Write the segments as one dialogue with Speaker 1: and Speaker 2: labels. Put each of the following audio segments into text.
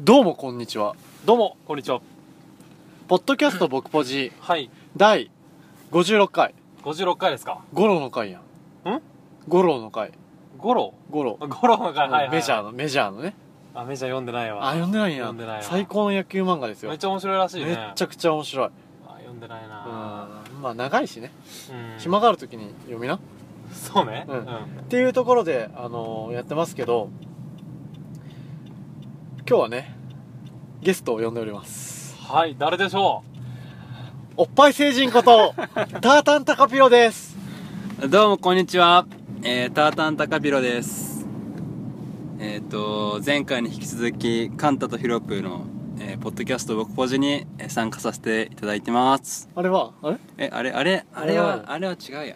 Speaker 1: どうもこんにちは。
Speaker 2: どうもこんにちは
Speaker 1: ポッドキャスト僕ポジ
Speaker 2: はい
Speaker 1: 第56回。
Speaker 2: 56回ですか
Speaker 1: ゴロの回やん。
Speaker 2: ん
Speaker 1: ゴロの回。
Speaker 2: ゴロ
Speaker 1: ゴロ。
Speaker 2: ゴロの回、はいはいはい、
Speaker 1: メジャー
Speaker 2: ー
Speaker 1: の、メジャーのね。
Speaker 2: あメジャー読んでない
Speaker 1: あ、
Speaker 2: わ
Speaker 1: 読んでないんや
Speaker 2: 読んでないわ
Speaker 1: 最高の野球漫画ですよ。
Speaker 2: めっちゃ面白いらしいね
Speaker 1: めっちゃくちゃ面白い。
Speaker 2: あ読んでない
Speaker 1: うん。
Speaker 2: な
Speaker 1: まあ長いしね。
Speaker 2: うん、
Speaker 1: 暇がある時に読みな。っ
Speaker 2: そうね
Speaker 1: うん
Speaker 2: うん、
Speaker 1: ていうところで、あのーやってますけど、今日はね、ゲストを呼んでおります。
Speaker 2: はい誰でしょ
Speaker 1: おっぱい星人こと、 タータンタカピロです。
Speaker 3: どうもこんにちは、えー、タータンタカピロですえっ、と前回に引き続きカンタとヒロプーの、えーポッドキャスト僕ポジにえー参加させていただいてます
Speaker 1: あれは、あれ
Speaker 3: えあれあれあれ
Speaker 1: あれは
Speaker 3: はあれは違うやん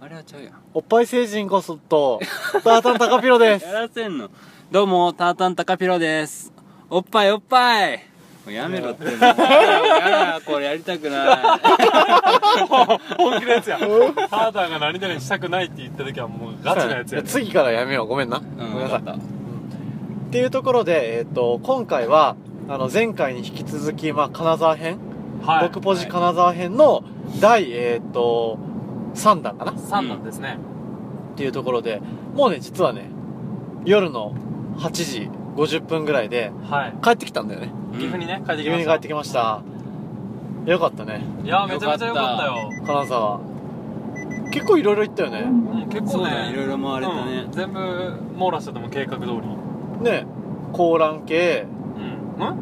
Speaker 3: あれは違うやん
Speaker 1: おっぱい星人こそと、タータンタカピロです
Speaker 3: や。らせんのどうもタータンタカピロですおっぱいおっぱいもうやめろってもうやだこれやりたくないう
Speaker 2: 本気のやつやタータンが何々したくないって言った時はもう ガチなやつや ね
Speaker 1: 次からやめようごめんな、
Speaker 3: うん
Speaker 1: ごめんなさい
Speaker 3: わかった
Speaker 1: っていうところで、えー、と今回はあの前回に引き続き、まあ、金沢編、
Speaker 2: はい
Speaker 1: 僕ポジ
Speaker 3: はい
Speaker 1: 金沢編の第、えー、と3弾かなっ
Speaker 2: 3なんですね、
Speaker 1: ていうところでもうね実はね夜の8時50分ぐらいで
Speaker 2: はい
Speaker 1: 帰ってきたんだよね
Speaker 2: 岐阜にね帰ってき
Speaker 1: 岐阜
Speaker 2: まし
Speaker 1: に
Speaker 2: た
Speaker 1: 帰ってきましたよかったね
Speaker 2: いやめちゃめちゃ良かったよ
Speaker 1: 金沢結構いろいろ行ったよね
Speaker 2: うん結
Speaker 3: そう
Speaker 2: 構
Speaker 3: だ
Speaker 2: ね
Speaker 3: ねいろいろ回れたね
Speaker 2: うん、全部網羅してても計画通り
Speaker 1: ね高蘭系
Speaker 2: うんうん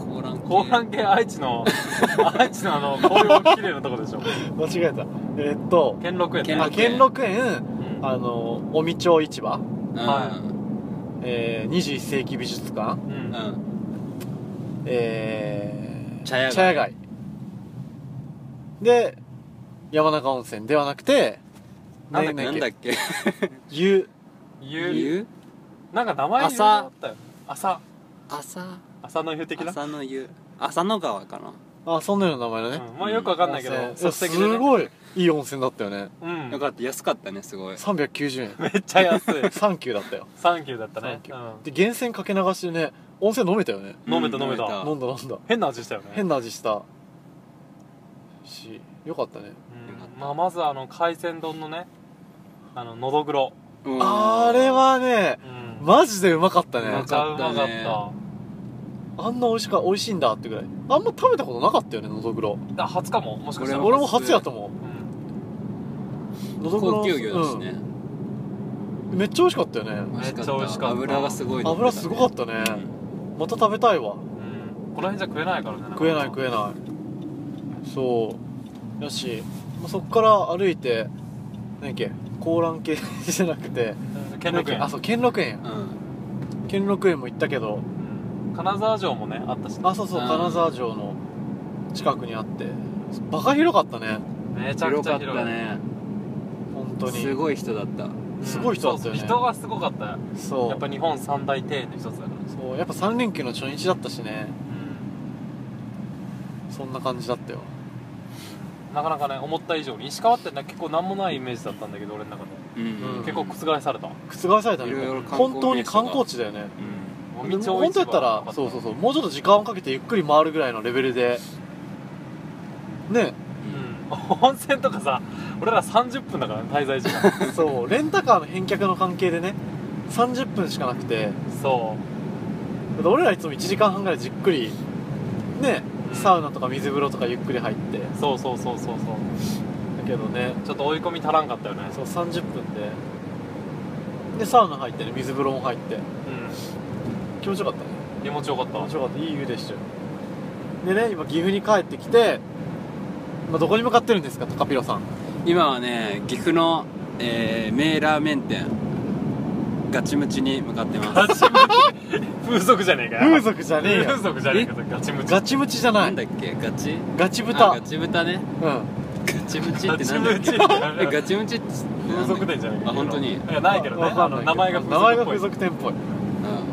Speaker 3: 高ラン
Speaker 2: 後半系愛知の 愛知のあの紅葉が綺麗なとこでしょ
Speaker 1: 間違えたえー、っと
Speaker 2: 兼六園
Speaker 3: 兼
Speaker 2: ね
Speaker 1: あ
Speaker 3: 六園
Speaker 1: 兼六園
Speaker 2: うん
Speaker 1: あの尾身町市場、
Speaker 2: は
Speaker 1: えー、21世紀美術館、
Speaker 2: う
Speaker 3: うんん、うん
Speaker 1: えー、
Speaker 3: 茶屋街
Speaker 1: で山中温泉ではなくて
Speaker 2: なんだっけ
Speaker 3: なんだっけ
Speaker 1: ゆ
Speaker 2: ゆなんか名前
Speaker 3: 朝
Speaker 2: 言ったよ朝
Speaker 3: 朝
Speaker 2: 朝の湯的な
Speaker 3: 朝の湯朝の川かな、
Speaker 1: あそんなような名前だね、
Speaker 2: うんまあよくわかんないけど
Speaker 1: 温泉
Speaker 2: 即席ですね
Speaker 1: ごいいい温泉だったよね
Speaker 2: うん
Speaker 3: よかった安かったねすごい
Speaker 1: 390円
Speaker 2: めっちゃ安い
Speaker 1: サンキューだったよ
Speaker 2: サンキューだった
Speaker 1: サ
Speaker 2: ね
Speaker 1: ンキュー、で源泉かけ流しでね温泉飲めたよね
Speaker 2: うん飲めた飲めた
Speaker 3: うん
Speaker 1: 飲んだ飲んだ
Speaker 2: 変な味したよね
Speaker 1: 変な味したしよかったね
Speaker 2: うんまあまずあの海鮮丼のねあののどぐろ
Speaker 3: うん
Speaker 1: あれはね
Speaker 2: うん
Speaker 1: マジでうまかったね
Speaker 3: う
Speaker 2: め
Speaker 3: ま
Speaker 2: ちゃうまかった
Speaker 3: よかったね
Speaker 1: あんな美味しか美味しいんだってぐらいあんま食べたことなかったよねのどぐろ
Speaker 2: あ初かももしかしたら
Speaker 3: 俺
Speaker 1: 俺も初やと思
Speaker 2: うん
Speaker 1: うのどぐろ
Speaker 3: 高級魚だしね、
Speaker 1: うんめっちゃ美味しかったよね
Speaker 3: 美味しか
Speaker 2: めっちゃ美味しかった
Speaker 3: 油がすごい乗てたね
Speaker 1: 油すごかったねまた食べたいわ
Speaker 2: うんこの辺じゃ食えないからね
Speaker 1: 食えない食
Speaker 2: え
Speaker 1: えないそうやしまあそっから歩いて何やっけ高蘭系じゃなくて
Speaker 2: 兼六園
Speaker 1: あそう兼六園や
Speaker 3: うん
Speaker 1: 兼六園も行ったけど
Speaker 2: うん金沢城もねあったしね
Speaker 1: あそうそう
Speaker 3: うん
Speaker 1: 金沢城の近くにあってバカ広かったね
Speaker 2: めちゃく
Speaker 3: 広
Speaker 2: ち
Speaker 3: か
Speaker 2: ゃ
Speaker 3: っ
Speaker 2: 広い
Speaker 3: たね
Speaker 1: 本当に
Speaker 3: すごい人だった
Speaker 1: すごい人だったよね
Speaker 2: そうそう人がすごかったよ
Speaker 1: そう
Speaker 2: やっぱ日本三大庭園の一つだから、
Speaker 1: そうやっぱ3連休の初日だったしね
Speaker 2: うん
Speaker 1: そんな感じだったよ
Speaker 2: なかなかね思った以上に石川ってね結構何もないイメージだったんだけど俺の中で、
Speaker 3: うん、
Speaker 1: うん
Speaker 2: 結構覆された
Speaker 1: 覆されたね
Speaker 3: いろいろ観光
Speaker 1: 本当に観光地だよね
Speaker 3: うん
Speaker 2: 道を一番
Speaker 1: 本当やったら
Speaker 2: 良か
Speaker 1: そうそうそうもうちょっと時間をかけてゆっくり回るぐらいのレベルでね
Speaker 2: うん、温泉とかさ俺ら30分だからね滞在 時間
Speaker 1: そうレンタカーの返却の関係でね30分しかなくてだ
Speaker 2: そ
Speaker 1: って俺らいつも1時間半ぐらいじっくりね
Speaker 2: うん
Speaker 1: サウナとか水風呂とかゆっくり入ってだ
Speaker 2: うそうそうそうそうそう
Speaker 1: けどね
Speaker 2: ちょっと追い込み足らんかったよね
Speaker 1: そう30分ででサウナ入ってね水風呂も入って
Speaker 2: う
Speaker 1: 気持ちよかったね
Speaker 2: ん気持ちよかった
Speaker 1: 面白かったいい湯でしたよでね今岐阜に帰ってきて、まあ、どこに向かってるんですか高ピロさん
Speaker 3: 今はね岐阜の、えー、名ラーメン店ガチムチに向かってます
Speaker 2: ガチムチ風俗じゃねえかよ
Speaker 1: 風俗じゃねえ
Speaker 2: 風
Speaker 1: よ
Speaker 2: 俗じゃねえかガチムチ
Speaker 1: ガチムチじゃな
Speaker 3: ないんだっけガチ
Speaker 1: ガチ
Speaker 3: あ
Speaker 1: 豚
Speaker 3: ガチ豚ね
Speaker 1: うん
Speaker 3: ガチムチっ
Speaker 2: ガ
Speaker 3: て
Speaker 2: チ
Speaker 3: なんだっ
Speaker 2: ムチ
Speaker 3: け
Speaker 2: ってなんだ
Speaker 3: え
Speaker 2: よ
Speaker 3: ガチムチって
Speaker 2: 風俗店じゃない
Speaker 3: あ本当に
Speaker 2: いやないけどね
Speaker 1: わかんないけど
Speaker 2: 名前が
Speaker 1: 名前が風
Speaker 2: 風俗っ
Speaker 1: 俗店っぽい
Speaker 3: う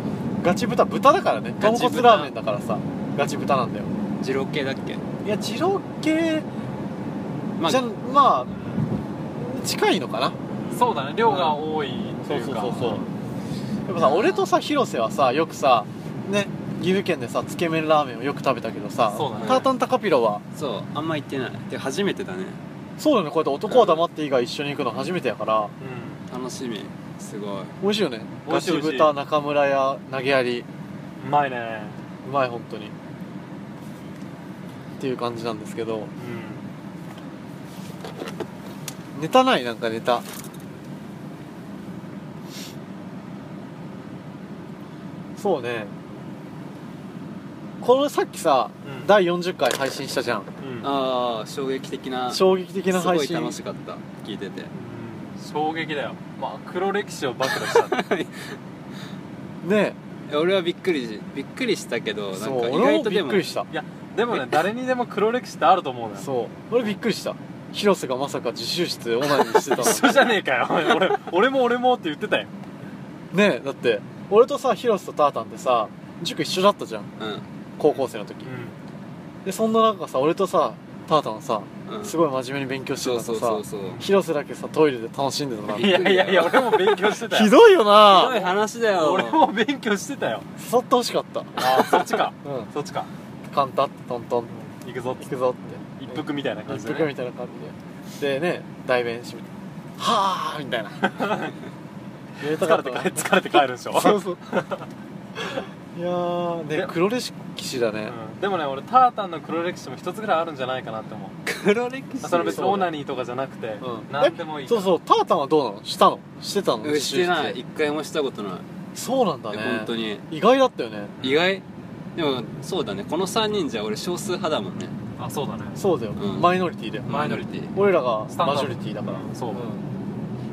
Speaker 3: ん
Speaker 1: ガチ豚豚だからね豚
Speaker 3: ガチ豚
Speaker 1: 骨ラーメンだからさガチ豚なんだよ
Speaker 3: 二郎系だっけ
Speaker 1: いや二郎系
Speaker 3: まあ
Speaker 1: じゃまあ近いのかな
Speaker 2: ぽいそうだね量が多いって
Speaker 1: そう
Speaker 2: いう
Speaker 1: そう
Speaker 2: か
Speaker 1: そうそうやっぱさ俺とさ広瀬はさよくさね岐阜県でさつけ麺ラーメンをよく食べたけどさ
Speaker 2: そうだね
Speaker 1: タータンタカピロは
Speaker 3: そうあんま行ってないで初めてだね
Speaker 1: そうだねこうやって男は黙って以外一緒に行くの初めてやから
Speaker 3: 楽しみすごい
Speaker 1: 美味しいよね
Speaker 2: 美
Speaker 1: ガ
Speaker 2: 味し
Speaker 1: チ
Speaker 2: い美味しい
Speaker 1: 豚中村屋投げやり
Speaker 2: うんうまいね
Speaker 1: うまい本当にっていう感じなんですけど
Speaker 2: うん
Speaker 1: ネタないなんかネタそうねこのさっきさ、
Speaker 2: うん
Speaker 1: 第40回配信したじゃん
Speaker 2: うん
Speaker 3: ああ衝撃的な
Speaker 1: 衝撃的な配信
Speaker 3: すごい楽しかった聞いてて
Speaker 2: うん衝撃だよまあ黒歴史を暴露したね
Speaker 1: ね
Speaker 3: え俺はびっくりしびっくりしたけど
Speaker 1: え
Speaker 3: なん
Speaker 1: そ
Speaker 3: か
Speaker 1: う
Speaker 3: 意
Speaker 1: 俺
Speaker 3: 外
Speaker 1: も
Speaker 3: と
Speaker 1: び
Speaker 3: で
Speaker 1: っ
Speaker 3: も
Speaker 1: くりした
Speaker 2: いや でもね誰にでも黒歴史ってあると思うのよ
Speaker 1: そう俺びっくりした広瀬がまさか自習室でオナニーしてたの
Speaker 2: 一緒じゃねえかよ 俺俺も俺もって言ってたよ
Speaker 1: ねえだって俺とさ広瀬とタータンってさ塾一緒だったじゃん
Speaker 3: う
Speaker 1: 高校生の時でそんな中さ俺とさタータンはさ
Speaker 3: ん、うん、
Speaker 1: す
Speaker 3: い
Speaker 1: ごい真面目に勉強して
Speaker 3: そ
Speaker 1: た
Speaker 3: う
Speaker 1: のと
Speaker 3: そうそ
Speaker 1: さ
Speaker 3: うそう
Speaker 1: 広瀬だけさトイレで楽しんでたな
Speaker 2: うんいやいやいや俺も勉強してたよ
Speaker 1: ひどいよ
Speaker 3: ひどい
Speaker 1: な
Speaker 3: 話だよ
Speaker 2: 俺も勉強してたよ
Speaker 1: 誘ってほしかった
Speaker 2: ああそっちか
Speaker 1: うん
Speaker 2: そっちか
Speaker 1: 簡単ってトントン
Speaker 2: 行くぞ
Speaker 1: 行くぞって
Speaker 2: 一服みたいな感じ
Speaker 1: 一
Speaker 2: で、
Speaker 1: 服
Speaker 2: ね、
Speaker 1: みたいな感じででね代弁してみてはあみたいなやりたか
Speaker 2: 疲
Speaker 1: った
Speaker 2: れて
Speaker 1: な
Speaker 2: 帰疲れて帰るでしょ、
Speaker 1: そうそういやーね
Speaker 2: で
Speaker 1: 黒歴史だね、
Speaker 2: うんでもね俺タータンの黒歴史も一つぐらいあるんじゃないかなって思う
Speaker 3: 黒歴史
Speaker 2: その別に
Speaker 1: そう
Speaker 2: オナニーとかじゃなくて、
Speaker 1: うん
Speaker 2: 何でもいい
Speaker 1: そうそうタータンはどうなのしたのしてたの
Speaker 3: うんしてな
Speaker 1: 実習
Speaker 3: い一回もしたことない
Speaker 1: 室そうなんだ
Speaker 3: え
Speaker 1: ね
Speaker 3: 本当に
Speaker 1: 意外だったよね
Speaker 3: 意外でもそうだねこの3人じゃ俺少数派だもんね
Speaker 2: あそうだね
Speaker 1: そうだよ、
Speaker 3: うん
Speaker 1: マイノリティだよ
Speaker 3: マイノリティ
Speaker 1: 俺らが
Speaker 2: スタンダー
Speaker 1: マ
Speaker 2: ド
Speaker 1: ジョリティだから、
Speaker 2: うんそう、
Speaker 1: う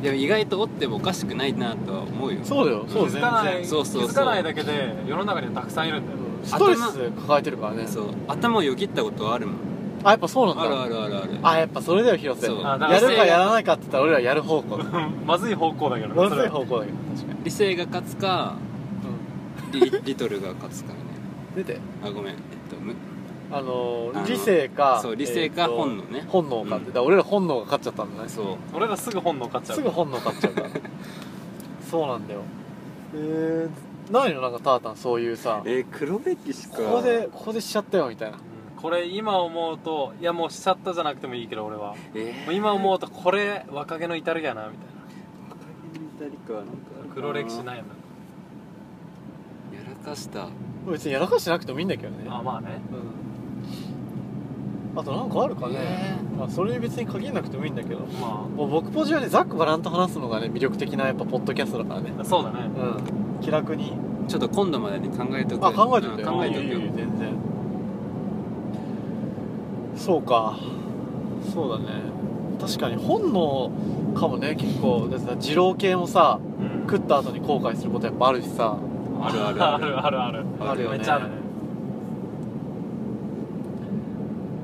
Speaker 3: でも意外とおってもおかしくないなとは思うよ
Speaker 1: ん、そうだよそう
Speaker 2: 気づ
Speaker 1: 全
Speaker 2: かない
Speaker 1: 然
Speaker 3: そうそうそう
Speaker 2: 気づかないだけで世の中にはたくさんいるんだよ、
Speaker 1: うんストレス抱えてるからね
Speaker 3: そう頭をよぎったことはあるもん
Speaker 1: あやっぱそうなんだ
Speaker 3: あるあるあるある
Speaker 1: あやっぱそれだよ広瀬
Speaker 3: そう
Speaker 1: や
Speaker 2: あだ
Speaker 1: る
Speaker 2: ら
Speaker 1: かやらないかって言ったら俺らやる 方向だ
Speaker 2: まずい方向だけどね
Speaker 1: ま
Speaker 2: そ
Speaker 1: ず
Speaker 2: れ
Speaker 1: い
Speaker 2: は
Speaker 1: 方向だけど確かに、
Speaker 3: 理性が勝つかリ リトルが勝つか
Speaker 1: 出
Speaker 3: み
Speaker 1: て
Speaker 3: たいなあごめんえっとむ
Speaker 1: あのー
Speaker 3: あの
Speaker 1: 理性か
Speaker 3: そう理性か
Speaker 1: えーと
Speaker 3: 本能ね
Speaker 1: 本能かって、
Speaker 3: うん
Speaker 1: だから俺ら本能が勝っちゃったんだね
Speaker 3: そう
Speaker 2: 俺らすぐ本能買っちゃう
Speaker 1: すぐ本能買っちゃうからそうなんだよえー、ないのなんかタータンそういうさ
Speaker 3: えー、黒歴史か
Speaker 1: ここでここでしちゃったよみたいな
Speaker 2: うんこれ今思うといやもうしちゃったじゃなくてもいいけど俺は
Speaker 3: え
Speaker 2: もう今思うとこれ若気の至りやなみたいな黒歴史
Speaker 3: い
Speaker 2: ないよ
Speaker 3: やらかした
Speaker 1: 別にやらかしてなくてもいいんだけどね
Speaker 2: なあまあね
Speaker 1: うんあとなんかあるかね、
Speaker 3: え
Speaker 1: まあ、それに別に限らなくてもいいんだけど
Speaker 2: ま
Speaker 1: もう僕ポジはねざっくばらんと話すのがね魅力的なやっぱポッドキャストだからね
Speaker 2: あそうだね
Speaker 1: うん気楽に
Speaker 3: ーちょっと今度までに考えとく
Speaker 1: あ考えてみて
Speaker 3: うん考えと
Speaker 1: い
Speaker 3: く
Speaker 1: い
Speaker 3: よ
Speaker 1: よいいよ全然そうかそうだね確かに本能かもね結構だってさ二郎系もさ
Speaker 2: うん
Speaker 1: 食った後に後悔することやっぱあるしさ
Speaker 3: あるあるあ
Speaker 2: あ
Speaker 3: る
Speaker 2: るあるある
Speaker 1: あるよね
Speaker 2: めっちゃあるね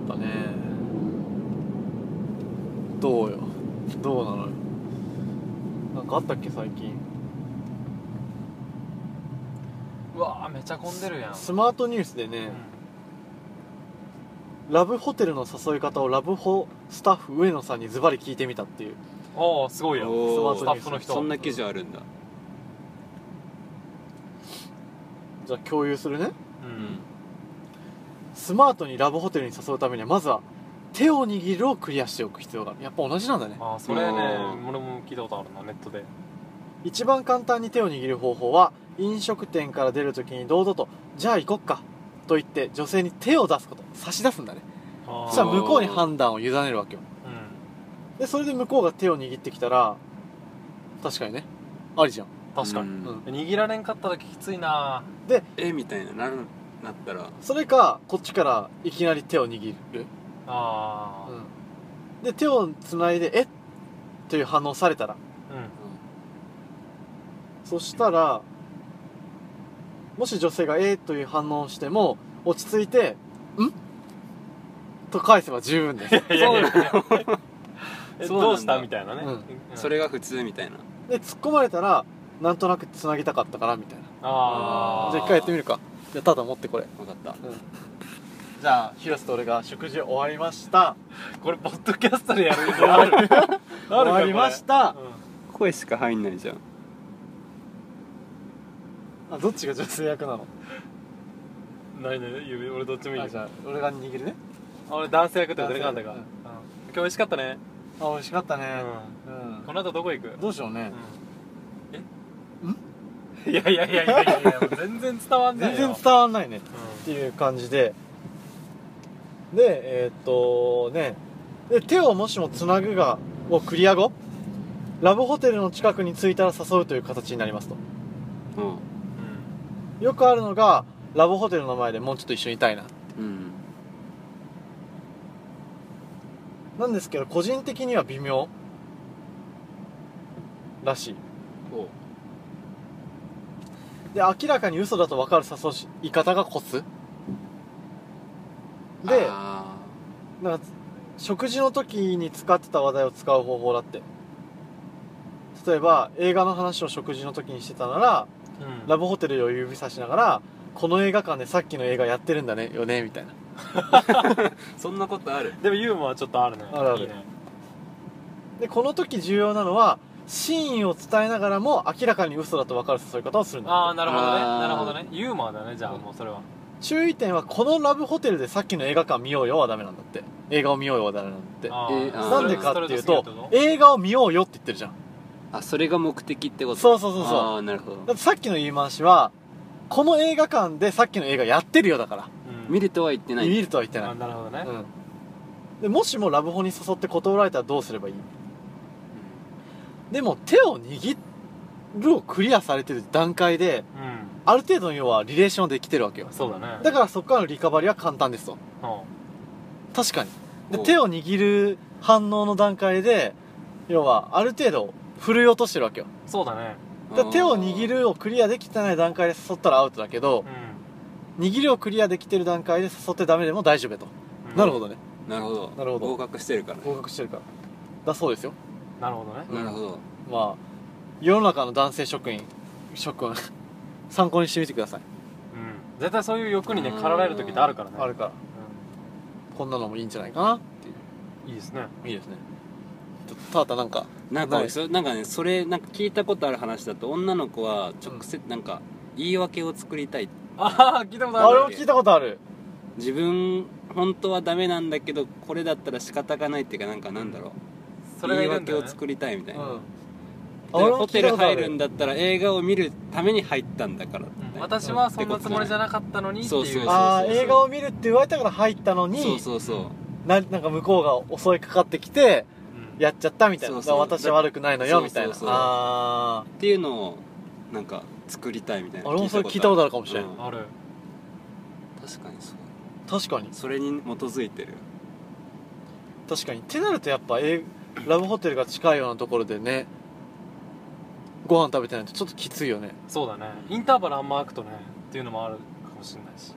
Speaker 1: やっぱねどうよどうなのよなんかあったっけ最近
Speaker 2: うわあめちゃ混んでるやん
Speaker 1: スマートニュースでねラブホテルの誘い方をラブホスタッフ上野さんにズバリ聞いてみたっていう
Speaker 2: おおすごいよ
Speaker 3: おー
Speaker 2: スマートニュースの人
Speaker 3: そんな記事あるんだ
Speaker 1: じゃあ共有するね
Speaker 2: う
Speaker 3: うん
Speaker 1: スマートにラブホテルに誘うためにはまずは手を握るをクリアしておく必要があるやっぱ同じなんだね
Speaker 2: あーそれね
Speaker 3: うん
Speaker 2: 俺も聞いたことあるなネットで
Speaker 1: 一番簡単に手を握る方法は飲食店から出るときに堂々と「じゃあ行こっか」と言って女性に手を出すこと差し出すんだねそ
Speaker 2: あー
Speaker 1: したら向こうに判断を委ねるわけよ
Speaker 2: うん
Speaker 1: でそれで向こうが手を握ってきたら確かにねありじゃん
Speaker 2: 確かに
Speaker 3: うん
Speaker 1: うん
Speaker 2: 握られんかったらきついな
Speaker 3: えみたいななるなったら
Speaker 1: それかこっちからいきなり手を握る
Speaker 2: あ
Speaker 1: うん、で手をつないで「えっ?」という反応されたら
Speaker 2: ーうん
Speaker 1: そしたらもし女性が「えっ?」という反応をしても落ち着いて「ん?」と返せば十分です
Speaker 2: いやいやいや え
Speaker 3: そうなんだ
Speaker 2: どうしたみたいなね、
Speaker 1: うん
Speaker 3: それが普通みたいな
Speaker 1: で突っ込まれたらなんとなくつなぎたかったからみたいな
Speaker 2: ああ
Speaker 1: じゃあ一回やってみるかじゃあただ持ってこれ
Speaker 3: 分かった
Speaker 1: じゃあ広瀬と俺が食事終わりました
Speaker 2: これポッドキャストでやる意味あるあるかこ
Speaker 1: 終
Speaker 2: れ
Speaker 1: わりました
Speaker 2: う
Speaker 3: 声しか入んないじゃん
Speaker 1: あどっちが女性役なの
Speaker 2: 何何指俺どっちもいい
Speaker 1: あ
Speaker 2: よ
Speaker 1: じゃあ俺が握るね
Speaker 2: あ俺男性役ってことで
Speaker 1: 男
Speaker 2: カ
Speaker 1: 性
Speaker 2: ン
Speaker 1: 役
Speaker 2: タが、
Speaker 1: うん
Speaker 2: うん今日美味しかったね、
Speaker 1: あ美味しかったねう
Speaker 2: うんん、この後どこ行く
Speaker 1: どうしようね
Speaker 2: えいやいやいやいやいやいや全然伝わんない
Speaker 1: 全
Speaker 2: よ
Speaker 1: 然伝わんないね
Speaker 2: う
Speaker 1: っ
Speaker 2: ん
Speaker 1: ていう感じででえーっとねで手をもしもつなぐがをクリア後ラブホテルの近くに着いたら誘うという形になりますと
Speaker 3: うん
Speaker 1: よくあるのがラブホテルの前でもうちょっと一緒にいたいな
Speaker 3: うん
Speaker 1: なんですけど個人的には微妙らしい
Speaker 3: お
Speaker 1: で明らかに嘘だと分かる誘い方がコツで
Speaker 3: あ
Speaker 1: なんか食事の時に使ってた話題を使う方法だって例えば映画の話を食事の時にしてたなら
Speaker 2: うんうん
Speaker 1: ラブホテルを指さしながらこの映画館でさっきの映画やってるんだねよねみたいな
Speaker 3: ーそんなことある
Speaker 2: でもユーモアちょっとあるね
Speaker 1: あるある
Speaker 2: いいね
Speaker 1: でこの時重要なのは真意を伝えながらも明らかに嘘だと分かる誘い方をするんだ
Speaker 2: ああなるほどね
Speaker 3: あー
Speaker 2: なるほどねユーモアだねじゃあもうそれは
Speaker 1: 注意点はこのラブホテルでさっきの映画館見ようよはダメなんだって映画を見ようよはダメなんだって
Speaker 2: あ
Speaker 3: え
Speaker 2: ー
Speaker 3: ー
Speaker 1: なんでかっていう
Speaker 2: ストレ
Speaker 1: と
Speaker 2: ートすぎるってこ
Speaker 1: 映画を見ようよって言ってるじゃん
Speaker 3: あそれが目的ってことう
Speaker 1: そうそうそうそう
Speaker 3: ああなるほど
Speaker 1: だってさっきの言い回しはこの映画館でさっきの映画やってるよだか
Speaker 2: うん
Speaker 3: 見るとは言って
Speaker 1: ら
Speaker 3: な
Speaker 1: 見
Speaker 3: い
Speaker 1: るとは言ってな
Speaker 2: あ
Speaker 1: い、
Speaker 2: なるほどね
Speaker 1: うん、でもしもラブホに誘って断られたらどうすればいいでも手を握るをクリアされてる段階で
Speaker 2: うん
Speaker 1: ある程度の要はリレーションはできてるわけよ
Speaker 2: そうだね
Speaker 1: だからそこからのリカバリーは簡単ですと
Speaker 2: うん
Speaker 1: 確かにで
Speaker 3: おう
Speaker 1: 手を握る反応の段階で要はある程度振るい落としてるわけよ
Speaker 2: そうだね
Speaker 1: だから手を握るをクリアできてない段階で誘ったらアウトだけど
Speaker 2: う
Speaker 1: 握りをクリアできてる段階で誘ってダメでも大丈夫やと、
Speaker 2: ん
Speaker 1: なるほ
Speaker 2: ど
Speaker 1: どね
Speaker 3: なるほど
Speaker 1: なるほど
Speaker 3: 合格してるから
Speaker 1: 合格してるからだそうですよ
Speaker 2: なるほどね
Speaker 3: なるほど
Speaker 1: まあ世の中の男性職員職員 参考にしてみてください
Speaker 2: うん絶対そういう欲にね駆られる時ってあるからね
Speaker 1: あるからこんなのもいいんじゃないかなってい
Speaker 2: うんいいですね
Speaker 1: ういいですねちょっとタータなんか
Speaker 3: なんか
Speaker 1: は
Speaker 3: ね
Speaker 1: い
Speaker 3: それなんかねそれなんか聞いたことある話だと女の子は直接なんか言い訳を作りたい
Speaker 2: ああ聞いたこと
Speaker 1: あ
Speaker 2: あ
Speaker 1: れ
Speaker 2: る
Speaker 1: も聞いたことある
Speaker 3: 自分本当はダメなんだけどこれだったら仕方がないっていうかなんかなんだろう
Speaker 2: それが
Speaker 3: 言い
Speaker 2: いるんだ
Speaker 3: 訳
Speaker 2: よ
Speaker 3: を
Speaker 2: ね
Speaker 3: 作りたいみたい
Speaker 1: う
Speaker 3: な、
Speaker 1: ん
Speaker 3: で
Speaker 1: あ俺
Speaker 3: ホ
Speaker 1: も聞
Speaker 3: テ
Speaker 1: いた
Speaker 3: ル
Speaker 1: ことあ
Speaker 3: 入るんだったら映画を見るために入ったんだからみたいな
Speaker 2: 私はそんなつもりじゃなかったのにって
Speaker 3: そうそ
Speaker 2: い
Speaker 3: うそうう
Speaker 1: ああ映画を見るって言われたから入ったのに
Speaker 3: そうそうそう
Speaker 1: ななんか向こうが襲いかかってきて
Speaker 2: うん
Speaker 1: やっちゃったみたいな
Speaker 3: そうそう
Speaker 1: 私は悪くないのよみたいな
Speaker 3: そうそうそう
Speaker 1: あ
Speaker 3: っていうのをなんか作りたいみたい
Speaker 1: あ
Speaker 3: な
Speaker 1: 俺もそれ聞いたことあ
Speaker 3: あ
Speaker 1: るかもしれない、
Speaker 3: うん
Speaker 2: ある
Speaker 3: る確かにそう
Speaker 1: 確かに
Speaker 3: それに基づいてる
Speaker 1: 確かにってなるとやっぱえーラブホテルが近いようなところでねご飯食べてないとちょっときついよね
Speaker 2: そうだねインターバルあんま空くとねっていうのもあるかもしれないし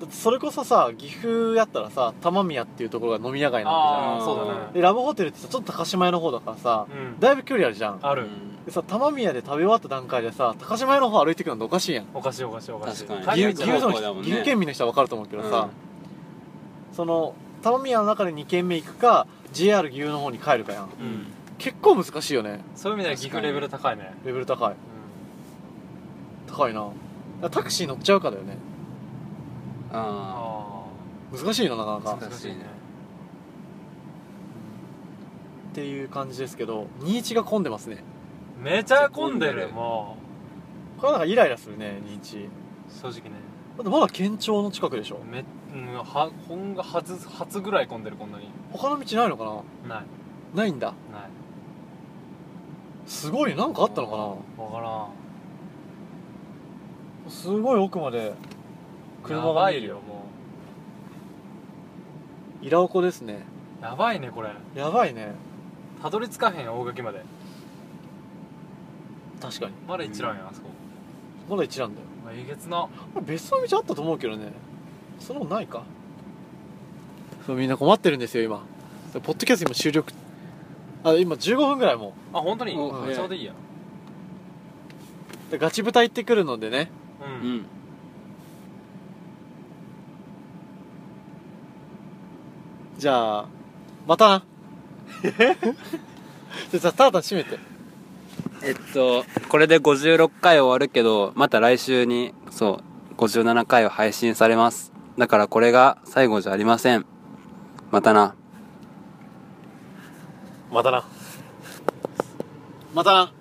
Speaker 1: だってそれこそさ岐阜やったらさ玉宮っていうところが飲み屋街なわ
Speaker 2: ああ
Speaker 3: あー
Speaker 2: そうだ
Speaker 1: けじゃん
Speaker 2: ね
Speaker 1: でラブホテルってさちょっと高島屋の方だからさ
Speaker 2: うん
Speaker 1: だいぶ距離あるじゃん
Speaker 2: あ
Speaker 3: う
Speaker 2: る
Speaker 3: ん
Speaker 1: でさ玉宮で食べ終わった段階でさ高島屋の方歩いてくるのおかしいやん
Speaker 2: おかしいおかしいおかしい
Speaker 3: 確か
Speaker 2: 海
Speaker 3: に
Speaker 1: 岐
Speaker 2: 外
Speaker 1: 阜
Speaker 2: じ
Speaker 1: 岐阜の
Speaker 2: ゃ
Speaker 3: 牛の方だ
Speaker 1: 人
Speaker 3: もんね
Speaker 1: 岐阜県民の人は分かると思うけどさ、その玉宮の中で2軒目行くか JR 岐阜の方に帰るかやん
Speaker 3: う
Speaker 2: うんん
Speaker 1: 結構難しいよね
Speaker 2: そういう意味では岐阜レベル高いね
Speaker 1: レベル高い
Speaker 2: うん
Speaker 1: 高いなだからタクシー乗っちゃうかだよね
Speaker 3: あ
Speaker 2: あ
Speaker 1: 難しいななかな
Speaker 2: あ
Speaker 1: か
Speaker 3: 難しいね
Speaker 1: っていう感じですけど21が混んでますね
Speaker 2: めちゃ混んでるも
Speaker 1: これなんかイライラするね21
Speaker 2: う正直ね
Speaker 1: だってまだ県庁の近くでしょ
Speaker 2: めうんはほんが初初ぐらい混んでるこんなに
Speaker 1: 他の道ないのかな
Speaker 2: ない
Speaker 1: ないんだ
Speaker 2: ない
Speaker 1: すごいねなんかあったのか
Speaker 2: 分からん
Speaker 1: なすごい奥まで車が見える
Speaker 2: やば
Speaker 1: よ
Speaker 2: いも
Speaker 1: イラオコですね
Speaker 2: うやばいねこれ
Speaker 1: やばいね
Speaker 2: たどり着かへんよ大垣まで
Speaker 1: 確かに
Speaker 2: まだ一覧やんあそこ
Speaker 1: まだ一覧だよ
Speaker 2: うわえげつな
Speaker 1: これ別の道あったと思うけどねそんなことないかそうみんな困ってるんですよ今でポッドキャスト今収録あ今15分ぐらいも
Speaker 2: あ本当に
Speaker 3: お
Speaker 2: あちょうどいいや
Speaker 1: うでガチ豚行ってくるのでね
Speaker 2: う
Speaker 3: うんん
Speaker 1: じゃあまたな じゃあタータン閉めて
Speaker 3: えっとこれで56回終わるけどまた来週にそう57回を配信されます。だからこれが最後じゃありません。またな。
Speaker 1: またなまたな